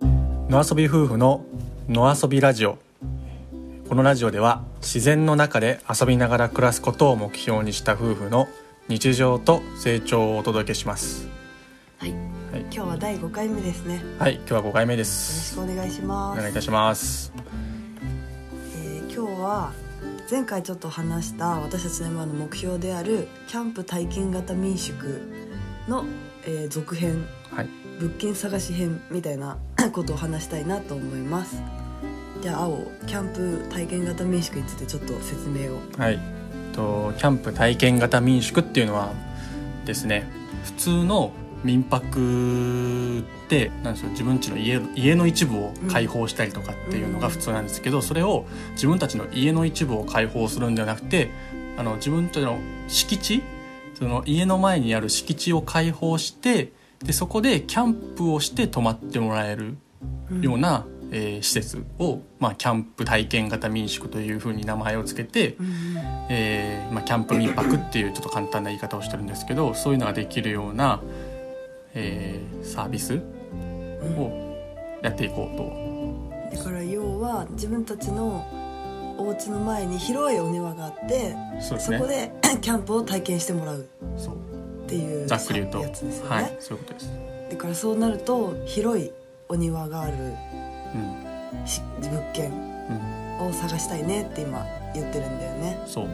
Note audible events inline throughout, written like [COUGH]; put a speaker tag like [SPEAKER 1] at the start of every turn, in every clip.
[SPEAKER 1] 野遊び夫婦の野遊びラジオこのラジオでは自然の中で遊びながら暮らすことを目標にした夫婦の日常と成長をお届けします
[SPEAKER 2] はい、
[SPEAKER 1] はい
[SPEAKER 2] 今日は第5回目ですね。よ
[SPEAKER 1] はい今日は5回目で
[SPEAKER 2] ろし
[SPEAKER 1] す
[SPEAKER 2] くお願いし
[SPEAKER 1] お
[SPEAKER 2] ま
[SPEAKER 1] 願いい
[SPEAKER 2] す。
[SPEAKER 1] たします
[SPEAKER 2] えー今日は前回ちょっと話した私たちの今の目標であるキャンプ体験型民宿の、えー続編
[SPEAKER 1] はい
[SPEAKER 2] 物件探し編みたいなことを話したいなと思います。じゃあ青キャンプ体験型民宿についてちょっと説明を。
[SPEAKER 1] はい、えっとキャンプ体験型民宿っていうのはですね普通の民泊ってなんでしょう自分家の家家の一部を開放したりとかっていうのが普通なんですけど、それを自分たちの家の一部を開放するんではなくてあの自分たちの敷地その家の前にある敷地を開放してでそこでキャンプをして泊まってもらえる
[SPEAKER 2] うん
[SPEAKER 1] ような、えー施設を、まあ、キャンプ体験型民宿というふうに名前を付けて
[SPEAKER 2] うんうん
[SPEAKER 1] えーまあ、キャンプ民泊っていうちょっと簡単な言い方をしてるんですけどそういうのができるような、えーサービス
[SPEAKER 2] うん
[SPEAKER 1] をやっていこうと。
[SPEAKER 2] だから要は自分たちのお家の前に広いお庭があって
[SPEAKER 1] そうです
[SPEAKER 2] そ
[SPEAKER 1] ね
[SPEAKER 2] こでキャンプを体験してもらう
[SPEAKER 1] そう
[SPEAKER 2] っていう
[SPEAKER 1] ざっくり言うと、
[SPEAKER 2] やつですよね、
[SPEAKER 1] はいそういうことです、
[SPEAKER 2] だからそうなると広いお庭がある
[SPEAKER 1] うん
[SPEAKER 2] し物件
[SPEAKER 1] うん、
[SPEAKER 2] を探したいねって今言ってるんだよね
[SPEAKER 1] そう、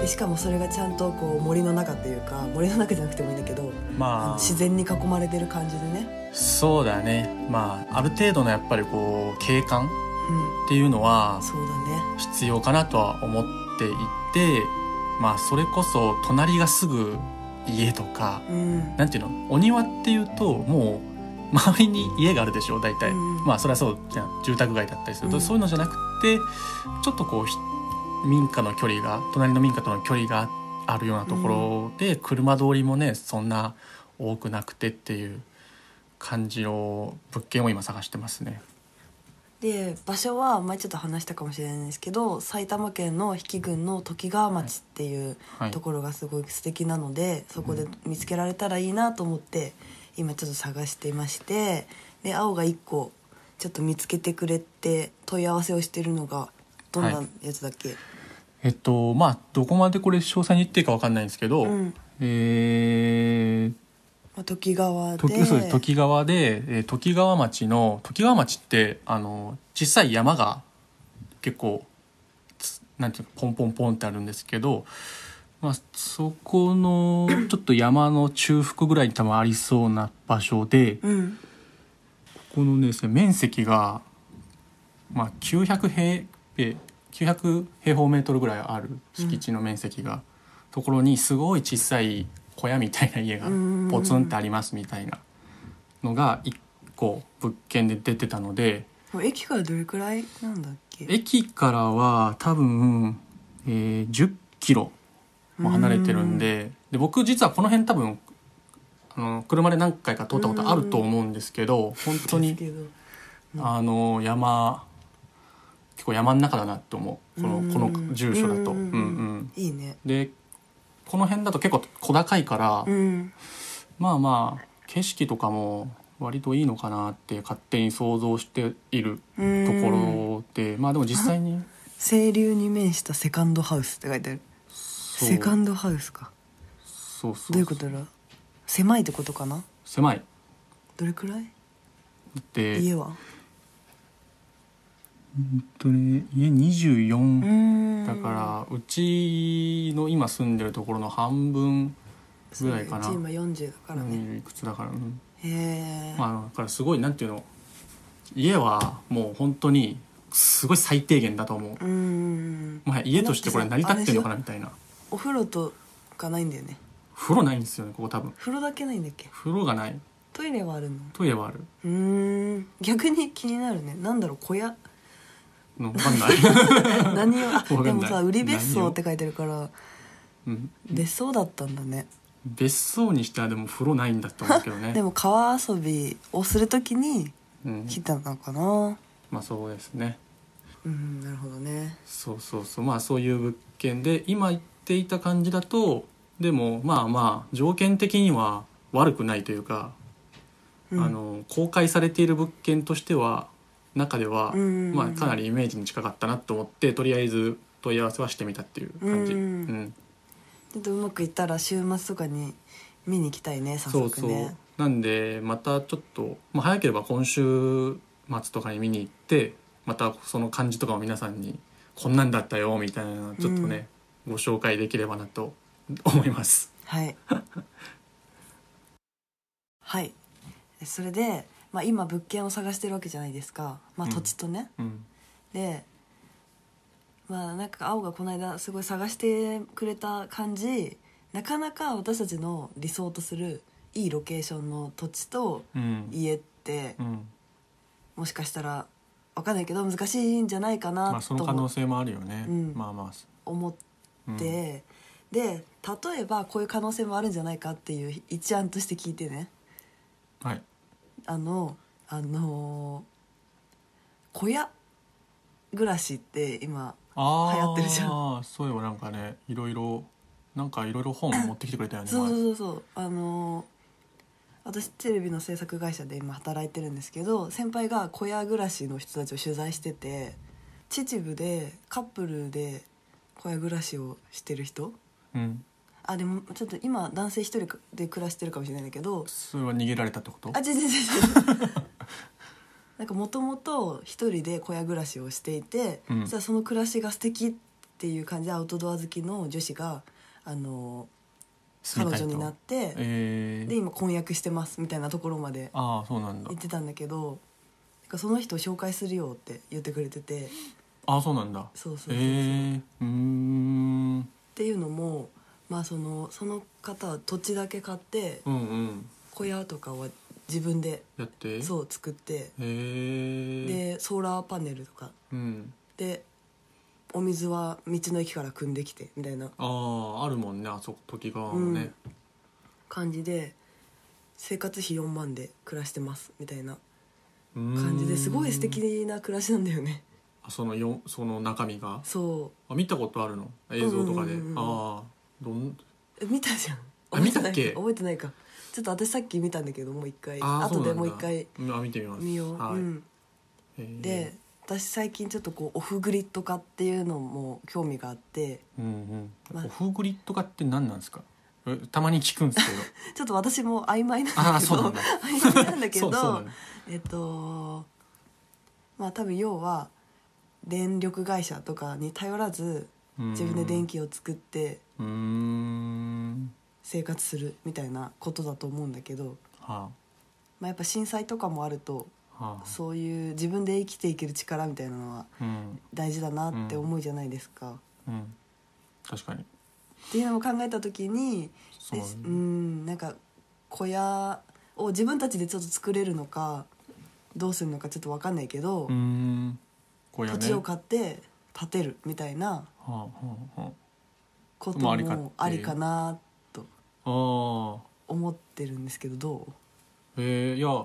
[SPEAKER 2] でしかもそれがちゃんとこう森の中っていうか森の中じゃなくてもいいんだけどあの
[SPEAKER 1] ま
[SPEAKER 2] 自
[SPEAKER 1] あ
[SPEAKER 2] 然に囲まれてる感じでね
[SPEAKER 1] そうだねまあある程度のやっぱりこう景観っ
[SPEAKER 2] う
[SPEAKER 1] ていうのは
[SPEAKER 2] んそうだね
[SPEAKER 1] 必要かなとは思っていてまあそれこそ隣がすぐ家とか
[SPEAKER 2] うん
[SPEAKER 1] なんていうのお庭っていうともう周りに家があるでしょ大体、
[SPEAKER 2] うん
[SPEAKER 1] まあそれはそうじゃん住宅街だったりすると、
[SPEAKER 2] うん
[SPEAKER 1] そういうのじゃなくてちょっとこうひ民家の距離が隣の民家との距離があるようなところで、車通りもねそんな多くなくてっていう感じの物件を今探してますね。
[SPEAKER 2] で場所は前ちょっと話したかもしれないんですけど埼玉県の比企郡の時川町っていう
[SPEAKER 1] はい
[SPEAKER 2] ところがすごい素敵なので、そこで見つけられたらいいなと思って今ちょっと探していましてで青が1個ちょっと見つけてくれて問い合わせをしてるのがどんなやつだっけ、
[SPEAKER 1] えっとまあどこまでこれ詳細に言っていいかわかんないんですけど、
[SPEAKER 2] うん
[SPEAKER 1] えー、
[SPEAKER 2] まあ、時川で
[SPEAKER 1] 時そうです時川で、えー時川町の時川町ってあの小さい山が結構つなんていうかポンポンポンってあるんですけど、まあ、そこのちょっと山の中腹ぐらいに多分ありそうな場所でこ
[SPEAKER 2] うん
[SPEAKER 1] このですね面積が、まあ、900平米900平方メートルぐらいある敷地の面積が、ところにすごい小さい小屋みたいな家がポツンってありますみたいなのが1個物件で出てたので
[SPEAKER 2] もう駅からどれくらいなんだっけ
[SPEAKER 1] 駅からは多分、えー10キロも離れてるんでで僕実はこの辺多分あの車で何回か通ったことあると思うんですけど本当
[SPEAKER 2] です
[SPEAKER 1] に
[SPEAKER 2] けど
[SPEAKER 1] あの山結構山の中だなって思うこのこ
[SPEAKER 2] うん
[SPEAKER 1] の住所だと。うんん
[SPEAKER 2] ううんうん
[SPEAKER 1] うん、
[SPEAKER 2] いいね
[SPEAKER 1] でこの辺だと結構小高いから、
[SPEAKER 2] うん
[SPEAKER 1] まあまあ景色とかも割といいのかなって勝手に想像している
[SPEAKER 2] とこと
[SPEAKER 1] ころで、まあでも実際に
[SPEAKER 2] 清流に面したセカンドハウスって書いてある
[SPEAKER 1] そう
[SPEAKER 2] セカンドハウスか
[SPEAKER 1] そうそう
[SPEAKER 2] どういうことだ狭いってことかな
[SPEAKER 1] 狭い
[SPEAKER 2] どれくらい
[SPEAKER 1] で
[SPEAKER 2] 家は
[SPEAKER 1] 本当に家24
[SPEAKER 2] うーん
[SPEAKER 1] だからうちの今住んでるところの半分ぐらいかな
[SPEAKER 2] そうねうち今40だからね、
[SPEAKER 1] うんいくつだから、うん
[SPEAKER 2] へえ、
[SPEAKER 1] まああのだからすごいなんていうの家はもう本当にすごい最低限だと思う、
[SPEAKER 2] うーん
[SPEAKER 1] まあ、家としてこれ成り立ってるのかなみたいな
[SPEAKER 2] お風呂とかないんだよね
[SPEAKER 1] 風呂ないんですよねここ多分
[SPEAKER 2] 風呂だけないんだっけ
[SPEAKER 1] 風呂がない
[SPEAKER 2] トイレはあるの
[SPEAKER 1] トイレはある
[SPEAKER 2] うーん逆に気になるねなんだろう小屋 [LAUGHS]
[SPEAKER 1] の分かんない、
[SPEAKER 2] 何をあ
[SPEAKER 1] かんな
[SPEAKER 2] で
[SPEAKER 1] い
[SPEAKER 2] もさ売り別荘って書いてるから
[SPEAKER 1] うん、
[SPEAKER 2] 別荘だったんだね
[SPEAKER 1] 別荘にしてはでも風呂ないんだと思うけどね
[SPEAKER 2] でも川遊びをするときに
[SPEAKER 1] うん、
[SPEAKER 2] 来たのかな
[SPEAKER 1] まあそうですね
[SPEAKER 2] うんなるほどね
[SPEAKER 1] そうそうそうまあそういう物件で今言っていた感じだとでもまあまあ条件的には悪くないというか
[SPEAKER 2] うん
[SPEAKER 1] あの公開されている物件としては中では、
[SPEAKER 2] うんうんうん
[SPEAKER 1] まあ、かなりイメージに近かったなと思ってとりあえず問い合わせはしてみたっていう感じ、
[SPEAKER 2] う
[SPEAKER 1] うんん
[SPEAKER 2] ちょっとうまくいったら週末とかに見に行きたいね早
[SPEAKER 1] そう
[SPEAKER 2] 速
[SPEAKER 1] そう、
[SPEAKER 2] ね
[SPEAKER 1] なんでまたちょっと、まあ、早ければ今週末とかに見に行ってまたその感じとかを皆さんにこんなんだったよみたいなのをちょっとね、ご紹介できればなと思います。
[SPEAKER 2] はい [LAUGHS] はいそれで、まあ、今物件を探してるわけじゃないですか、まあ、
[SPEAKER 1] うん
[SPEAKER 2] 土地とね、
[SPEAKER 1] うん
[SPEAKER 2] でまあなんか青がこの間すごい探してくれた感じなかなか私たちの理想とするいいロケーションの土地と
[SPEAKER 1] うん
[SPEAKER 2] 家って
[SPEAKER 1] うん
[SPEAKER 2] もしかしたら分かんないけど難しいんじゃないか
[SPEAKER 1] ま
[SPEAKER 2] な
[SPEAKER 1] あ、その
[SPEAKER 2] と
[SPEAKER 1] 可能
[SPEAKER 2] も
[SPEAKER 1] 性もあるよね、
[SPEAKER 2] うん
[SPEAKER 1] まあま
[SPEAKER 2] 思っ
[SPEAKER 1] あ、うん
[SPEAKER 2] て、で例えばこういう可能性もあるんじゃないかっていう一案として聞いてね
[SPEAKER 1] はい、
[SPEAKER 2] あのあのー小屋暮らしって今
[SPEAKER 1] あー
[SPEAKER 2] 流行ってるじゃ
[SPEAKER 1] そういえばなんかねいろいろなんかいろいろ本持ってきてくれたよね
[SPEAKER 2] そうそうそうそうあのー私テレビの制作会社で今働いてるんですけど先輩が小屋暮らしの人たちを取材してて秩父でカップルで小屋暮らしをしてる人
[SPEAKER 1] 前うん
[SPEAKER 2] あでもちょっと今男性一人で暮らしてるかもしれないんだけど
[SPEAKER 1] それは逃げられたってこと
[SPEAKER 2] あ違う違う違う [LAUGHS] なんかもともと一人で小屋暮らしをしていて、
[SPEAKER 1] うん
[SPEAKER 2] そしたらその暮らしが素敵っていう感じでアウトドア好きの女子があの
[SPEAKER 1] 住み
[SPEAKER 2] 彼
[SPEAKER 1] たい
[SPEAKER 2] 女
[SPEAKER 1] と
[SPEAKER 2] になって
[SPEAKER 1] え
[SPEAKER 2] で
[SPEAKER 1] ー、
[SPEAKER 2] 今婚約してますみたいなところまで
[SPEAKER 1] ああそうなんだ
[SPEAKER 2] 言ってたんだけどなんかその人を紹介するよって言ってくれてて
[SPEAKER 1] ああそうなんだ
[SPEAKER 2] そうそうそうそう、
[SPEAKER 1] えー、うーん
[SPEAKER 2] っていうのも、まあ、そのその方は土地だけ買って
[SPEAKER 1] うんうん
[SPEAKER 2] 小屋とかは自分で
[SPEAKER 1] やってう
[SPEAKER 2] そう作って
[SPEAKER 1] えー、
[SPEAKER 2] でソーラーパネルとか
[SPEAKER 1] うん
[SPEAKER 2] でお水は道の駅から汲んできてみたいな
[SPEAKER 1] あああるもんねあそこ時川もね、
[SPEAKER 2] 感じで生活費4万で暮らしてますみたいな
[SPEAKER 1] うん、
[SPEAKER 2] 感じですごい素敵な暮らしなんだよね
[SPEAKER 1] あそのよその中身が
[SPEAKER 2] そ
[SPEAKER 1] あ見たことあるの映像とかで、
[SPEAKER 2] うんうんうんうん
[SPEAKER 1] ああどん
[SPEAKER 2] うえ見たじゃん
[SPEAKER 1] あ見たっけ
[SPEAKER 2] 覚えてないか覚えてないかちょっと私さっき見たんだけどもう一回
[SPEAKER 1] あー
[SPEAKER 2] 後
[SPEAKER 1] そ
[SPEAKER 2] で
[SPEAKER 1] なんだ
[SPEAKER 2] もう一回
[SPEAKER 1] うんあ見てみます
[SPEAKER 2] 見よう、
[SPEAKER 1] はい
[SPEAKER 2] うん、
[SPEAKER 1] えー
[SPEAKER 2] で私最近ちょっとこうオフグリッド化っていうのも興味があって
[SPEAKER 1] うんうん
[SPEAKER 2] まあ
[SPEAKER 1] オフグリッド化って何なんですかえたまに聞くんですけど
[SPEAKER 2] ちょっと私も曖昧なん
[SPEAKER 1] あ
[SPEAKER 2] だ
[SPEAKER 1] あ
[SPEAKER 2] け
[SPEAKER 1] そうな
[SPEAKER 2] ど
[SPEAKER 1] んだ
[SPEAKER 2] 曖昧なんだけ
[SPEAKER 1] そ
[SPEAKER 2] ど
[SPEAKER 1] うそうなんだ
[SPEAKER 2] えっとまあ多分要は電力会社とかに頼らず [LAUGHS] 自分で電気を作って
[SPEAKER 1] うーん
[SPEAKER 2] 生活するみたいなことだと思うんだけど、
[SPEAKER 1] は
[SPEAKER 2] まあ、やっぱ震災とかもあると
[SPEAKER 1] あはあ
[SPEAKER 2] そういう自分で生きていける力みたいなのは
[SPEAKER 1] うん
[SPEAKER 2] 大事だなって思うじゃないですか。
[SPEAKER 1] うん確かに
[SPEAKER 2] っていうのも考えた時に
[SPEAKER 1] そう
[SPEAKER 2] で
[SPEAKER 1] ね
[SPEAKER 2] うんなんか小屋を自分たちでちょっと作れるのかどうするのかちょっと分かんないけど。
[SPEAKER 1] うーんこうや
[SPEAKER 2] 土
[SPEAKER 1] ね
[SPEAKER 2] 地を買って建てるみたいな
[SPEAKER 1] はあはあは
[SPEAKER 2] こと
[SPEAKER 1] まあありか
[SPEAKER 2] もありかなと
[SPEAKER 1] あああ
[SPEAKER 2] 思ってるんですけどどう
[SPEAKER 1] えー、いや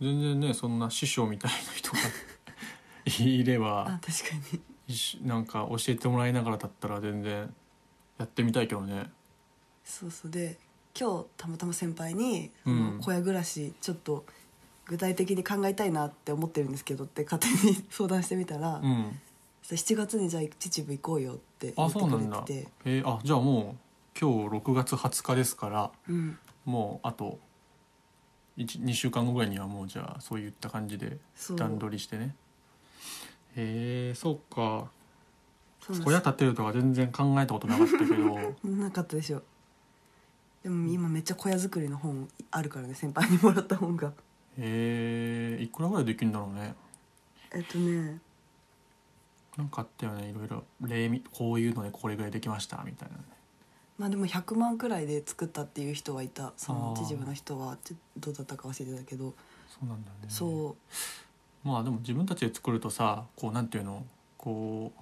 [SPEAKER 1] 全然ねそんな師匠みたいな
[SPEAKER 2] [LAUGHS]
[SPEAKER 1] 人がいれば
[SPEAKER 2] あ確かに
[SPEAKER 1] しなんか教えてもらいながらだったら全然やってみたいけどね
[SPEAKER 2] そうそうで今日たまたま先輩にそ
[SPEAKER 1] うん
[SPEAKER 2] の小屋暮らしちょっと具体的に考えたいなって思ってるんですけどって勝手に相談してみたら、
[SPEAKER 1] うん
[SPEAKER 2] そしたら7月にじゃあ秩父行こうよって言
[SPEAKER 1] あ
[SPEAKER 2] って
[SPEAKER 1] そうな
[SPEAKER 2] く
[SPEAKER 1] ん
[SPEAKER 2] れ
[SPEAKER 1] だ
[SPEAKER 2] てて
[SPEAKER 1] えーあじゃあもう今日6月20日ですから
[SPEAKER 2] うん
[SPEAKER 1] もうあと2週間後ぐらいにはもうじゃあそういった感じで
[SPEAKER 2] そう
[SPEAKER 1] 段取りしてねへえそうか
[SPEAKER 2] そうなん
[SPEAKER 1] 小
[SPEAKER 2] で
[SPEAKER 1] 屋
[SPEAKER 2] す
[SPEAKER 1] 建てるとか全然考えたことなかったけ
[SPEAKER 2] [LAUGHS]
[SPEAKER 1] ど
[SPEAKER 2] なかったでしょでも今めっちゃ小屋作りの本あるからね先輩にもらった本が
[SPEAKER 1] へえいくらぐらいできるんだろうね
[SPEAKER 2] えっとね
[SPEAKER 1] なんかあったよねいろいろ例みこういうのでこれぐらいできましたみたいなね
[SPEAKER 2] まあでも100万くらいで作ったっていう人はいたその
[SPEAKER 1] あー
[SPEAKER 2] 秩父の人はちょどうだったか忘れてたけど、
[SPEAKER 1] そうなんだね
[SPEAKER 2] そ
[SPEAKER 1] まあでも自分たちで作るとさこうなんていうのこう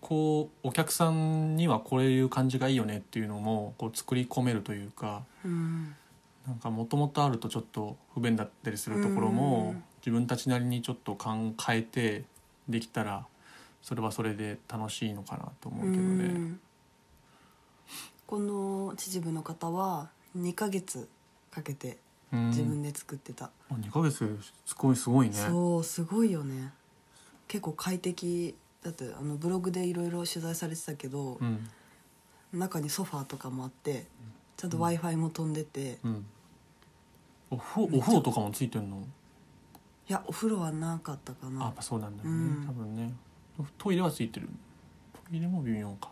[SPEAKER 1] こうお客さんにはこういう感じがいいよねっていうのもこう作り込めるというか
[SPEAKER 2] ううん
[SPEAKER 1] なんかもともとあるとちょっと不便だったりするところも
[SPEAKER 2] うん
[SPEAKER 1] 自分たちなりにちょっと考えてできたらそれはそれで楽しいのかなと思うけど
[SPEAKER 2] う
[SPEAKER 1] ね。
[SPEAKER 2] んこの秩父の方は2ヶ月かけて
[SPEAKER 1] うん
[SPEAKER 2] 自分で作ってた、
[SPEAKER 1] あ2ヶ月すごいすごいね
[SPEAKER 2] そうすごいよね結構快適だってあのブログでいろいろ取材されてたけど、
[SPEAKER 1] うん
[SPEAKER 2] 中にソファーとかもあってちゃんと w i f i も飛んでて、い
[SPEAKER 1] うんお風呂お風呂とかもついてるの
[SPEAKER 2] やお風呂はなかったか
[SPEAKER 1] あや
[SPEAKER 2] な
[SPEAKER 1] っぱそうなんだよね、
[SPEAKER 2] うん
[SPEAKER 1] 多分ねトイレはついてるトイレも微妙か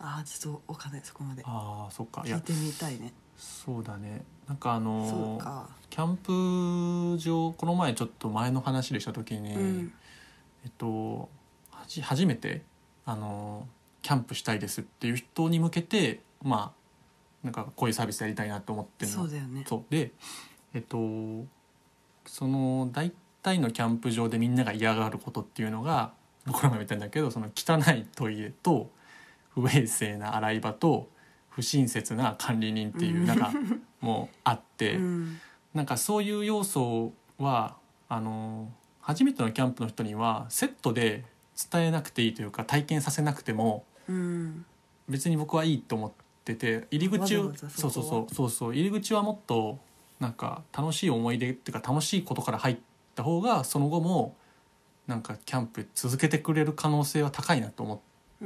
[SPEAKER 2] あーちょっとお金そこまで
[SPEAKER 1] ああそっかい
[SPEAKER 2] 聞い
[SPEAKER 1] や
[SPEAKER 2] てみたいね
[SPEAKER 1] そうだねなんかあ
[SPEAKER 2] そ
[SPEAKER 1] のー
[SPEAKER 2] うか
[SPEAKER 1] キャンプ場この前ちょっと前の話でした時に、
[SPEAKER 2] うん
[SPEAKER 1] えっとはじ初めてあのキャンプしたいですっていう人に向けてまあなんかこういうサービスやりたいなと思ってるの
[SPEAKER 2] そうだよね
[SPEAKER 1] そうでえっとその大体のキャンプ場でみんなが嫌がることっていうのがこの前も言ったんだけどその汚いトイレと不衛生な洗い場と不親切な管理人っていう、
[SPEAKER 2] うん
[SPEAKER 1] なんかもうあって、
[SPEAKER 2] [LAUGHS] うん
[SPEAKER 1] なんかそういう要素はあの初めてのキャンプの人にはセットで伝えなくていいというか体験させなくても
[SPEAKER 2] うん
[SPEAKER 1] 別に僕はいいと思ってて入り口を
[SPEAKER 2] わざわざ
[SPEAKER 1] そ
[SPEAKER 2] そうこ
[SPEAKER 1] そうそ
[SPEAKER 2] は
[SPEAKER 1] うそうそう入り口はもっとなんか楽しい思い出っていうか楽しいことから入った方がその後もなんかキャンプ続けてくれる可能性は高いなと思って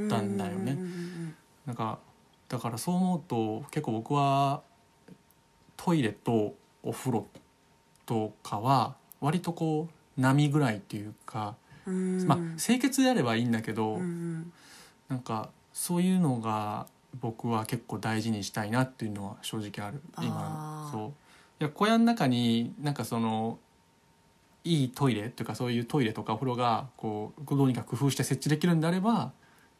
[SPEAKER 1] たんだよね
[SPEAKER 2] うんうんうん
[SPEAKER 1] なんかだからそう思うと結構僕はトイレとお風呂とかは割とこう波ぐらいっていうか、
[SPEAKER 2] うんうん
[SPEAKER 1] まあ清潔であればいいんだけど、
[SPEAKER 2] うんうん
[SPEAKER 1] なんかそういうのが僕は結構大事にしたいなっていうのは正直ある今
[SPEAKER 2] あー
[SPEAKER 1] そういや小屋の中になんかそのいいトイレっていうかそういうトイレとかお風呂がこうどうにか工夫して設置できるんであれば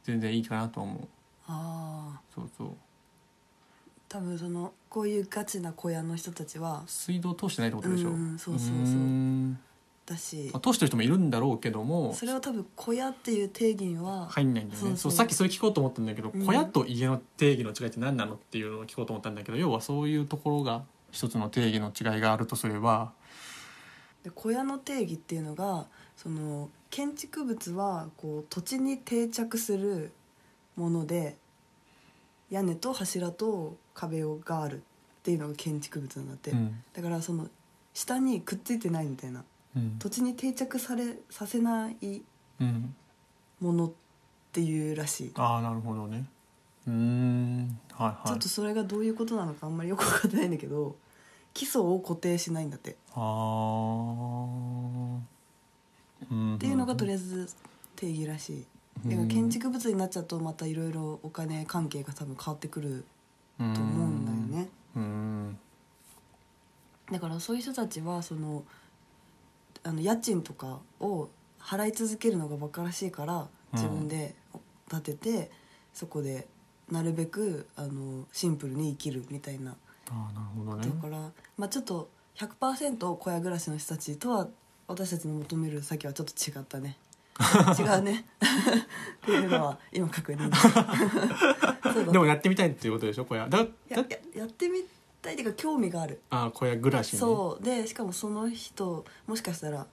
[SPEAKER 1] 全然いいかなと思う
[SPEAKER 2] ああ
[SPEAKER 1] そうそう
[SPEAKER 2] 多分そのこういうガチな小屋の人たちは
[SPEAKER 1] 水道通してないってことでしょ
[SPEAKER 2] うんそうそうそう
[SPEAKER 1] うん
[SPEAKER 2] だし
[SPEAKER 1] まあ通してる人もいるんだろうけども
[SPEAKER 2] それは多分小屋っていう定義には
[SPEAKER 1] 入んないんだよねそ
[SPEAKER 2] そ
[SPEAKER 1] うう
[SPEAKER 2] そう
[SPEAKER 1] さっきそれ聞こうと思ったんだけど、
[SPEAKER 2] うん
[SPEAKER 1] 小屋と家の定義の違いって何なのっていうのを聞こうと思ったんだけど要はそういうところが一つの定義の違いがあるとすれば
[SPEAKER 2] で小屋の定義っていうのがその建築物はこう土地に定着するもので屋根と柱と壁をがあるっていうのが建築物なんだって、
[SPEAKER 1] うん
[SPEAKER 2] だからその下にくっついてないみたいな
[SPEAKER 1] うん
[SPEAKER 2] 土地に定着されさせない
[SPEAKER 1] うん
[SPEAKER 2] ものっていうらしい、
[SPEAKER 1] ああなるほどねうーんはい
[SPEAKER 2] ちょ
[SPEAKER 1] は
[SPEAKER 2] っ
[SPEAKER 1] い
[SPEAKER 2] とそれがどういうことなのかあんまりよくわかってないんだけど基礎を固定しないんだって、
[SPEAKER 1] ああっ
[SPEAKER 2] っていうのがとり
[SPEAKER 1] あ
[SPEAKER 2] あえず定義らしい
[SPEAKER 1] え
[SPEAKER 2] だから建築物になっちゃうとまたいろいろお金関係が多分変わってくる
[SPEAKER 1] と
[SPEAKER 2] と思うんだよね
[SPEAKER 1] うん
[SPEAKER 2] だからそういう人たちはそのあの家賃とかを払い続けるのがバカらしいから
[SPEAKER 1] うん
[SPEAKER 2] 自分で建てて、そこでなるべくあのシンプルに生きるみたいな
[SPEAKER 1] ああなるほどね
[SPEAKER 2] だから、まあ、ちょっと100%小屋暮らしの人たちとは私たちの求める先はちょっと違ったね違うねっていうのは今確認です
[SPEAKER 1] [LAUGHS]
[SPEAKER 2] そうだ
[SPEAKER 1] でもやってみたいっていうことでしょ小屋だ
[SPEAKER 2] い
[SPEAKER 1] だ
[SPEAKER 2] やややってみたいっていうか興味がある
[SPEAKER 1] あー小屋暮らしね
[SPEAKER 2] そうでしかもその人もしかしたら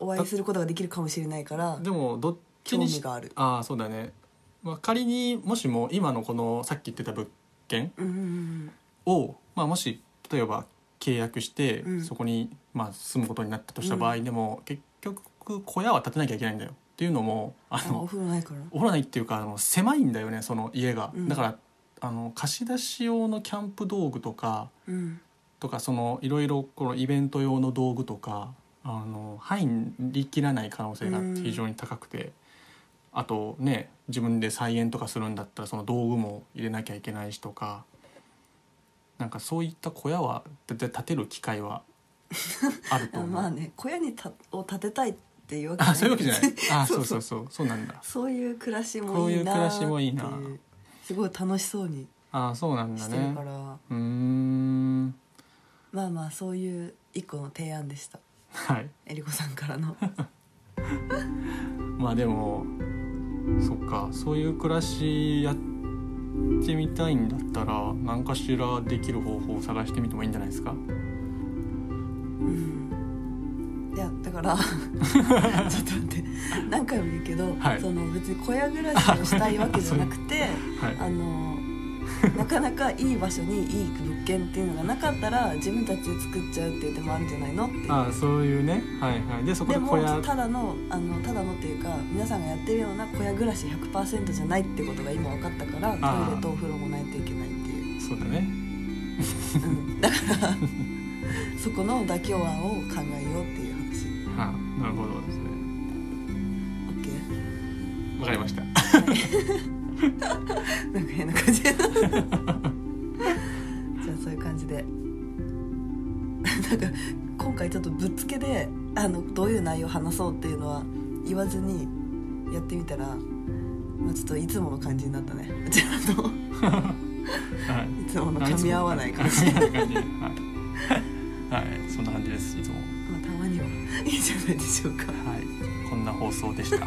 [SPEAKER 2] お会いすることができるかもしれないから
[SPEAKER 1] でもどっちにし
[SPEAKER 2] 興味がある
[SPEAKER 1] ああそうだね、まあ、仮にもしも今のこのさっき言ってた物件
[SPEAKER 2] うんうんうん
[SPEAKER 1] を、まあ、もし例えば契約して、
[SPEAKER 2] うん
[SPEAKER 1] そこに、まあ、住むことになったとした場合でも、結局小屋は建てなきゃいけないんだよっていうのもあ
[SPEAKER 2] あお
[SPEAKER 1] の
[SPEAKER 2] 風呂ないから
[SPEAKER 1] お風呂ないっていうかあの狭いんだよねその家が、
[SPEAKER 2] うん
[SPEAKER 1] だからあの貸し出し用のキャンプ道具とか
[SPEAKER 2] うん
[SPEAKER 1] とかそのいろいろこのイベント用の道具とかあの入りきらない可能性が
[SPEAKER 2] うん
[SPEAKER 1] 非常に高くて、あとね自分で菜園とかするんだったらその道具も入れなきゃいけないしとかなんかそういった小屋は絶対建てる機会はあると
[SPEAKER 2] あ
[SPEAKER 1] 思う。
[SPEAKER 2] [LAUGHS] まあね小屋にたを建てたいっていうわけ。
[SPEAKER 1] あそういうわけじゃないあ
[SPEAKER 2] そ
[SPEAKER 1] そうう
[SPEAKER 2] そ
[SPEAKER 1] そううそうそうなんだ。
[SPEAKER 2] [LAUGHS] そういう暮らしもいいなー
[SPEAKER 1] こ
[SPEAKER 2] って
[SPEAKER 1] ういう暮らしもいいな
[SPEAKER 2] すごい楽しそうに
[SPEAKER 1] あそうなんだ
[SPEAKER 2] してる
[SPEAKER 1] ね
[SPEAKER 2] か。ら、
[SPEAKER 1] うーん
[SPEAKER 2] まあまあそういう一個の提案でした
[SPEAKER 1] はい。
[SPEAKER 2] えりこさんか
[SPEAKER 1] [LAUGHS]
[SPEAKER 2] らの
[SPEAKER 1] まあでもそっかそういう暮らしやってみたいんだったら何かしらできる方法を探してみてもいいんじゃないですか
[SPEAKER 2] うんいやだか
[SPEAKER 1] [LAUGHS]
[SPEAKER 2] らちょっと待って何回も言うけど、
[SPEAKER 1] はい [LAUGHS]
[SPEAKER 2] その別に小屋暮らしをしたいわけじゃなくて
[SPEAKER 1] はい
[SPEAKER 2] あのなかなかいい場所にいい物件っていうのがなかったら自分たちで作っちゃうっていう手もあるんじゃないのっていう
[SPEAKER 1] ああそういうねはいはいでそこ
[SPEAKER 2] で
[SPEAKER 1] で小
[SPEAKER 2] も
[SPEAKER 1] 屋
[SPEAKER 2] ただのあのただのっていうか皆さんがやってるような小屋暮らし100%じゃないってことが今分かったから
[SPEAKER 1] あー
[SPEAKER 2] トイレとお風呂もないといけないっていう、
[SPEAKER 1] そうだね
[SPEAKER 2] うん、だからそこの妥協案を考えようっていう話
[SPEAKER 1] はあなるほどですね
[SPEAKER 2] OK
[SPEAKER 1] わかりま
[SPEAKER 2] [LAUGHS]
[SPEAKER 1] した
[SPEAKER 2] なんか変な感じ [LAUGHS] じゃあそういう感じでなんか今回ちょっとぶっつけであのどういう内容話そうっていうのは言わずにやってみたら、まあ、ちょっといつもの感じになったね [LAUGHS] うちらの。
[SPEAKER 1] はい
[SPEAKER 2] いつもの噛み合わな
[SPEAKER 1] [LAUGHS]
[SPEAKER 2] い感じ
[SPEAKER 1] 噛み合わない感じはい、はい、そんな感じですいつも
[SPEAKER 2] [LAUGHS] まあたまにはいいんじゃないでしょうか
[SPEAKER 1] はいこんな放送でした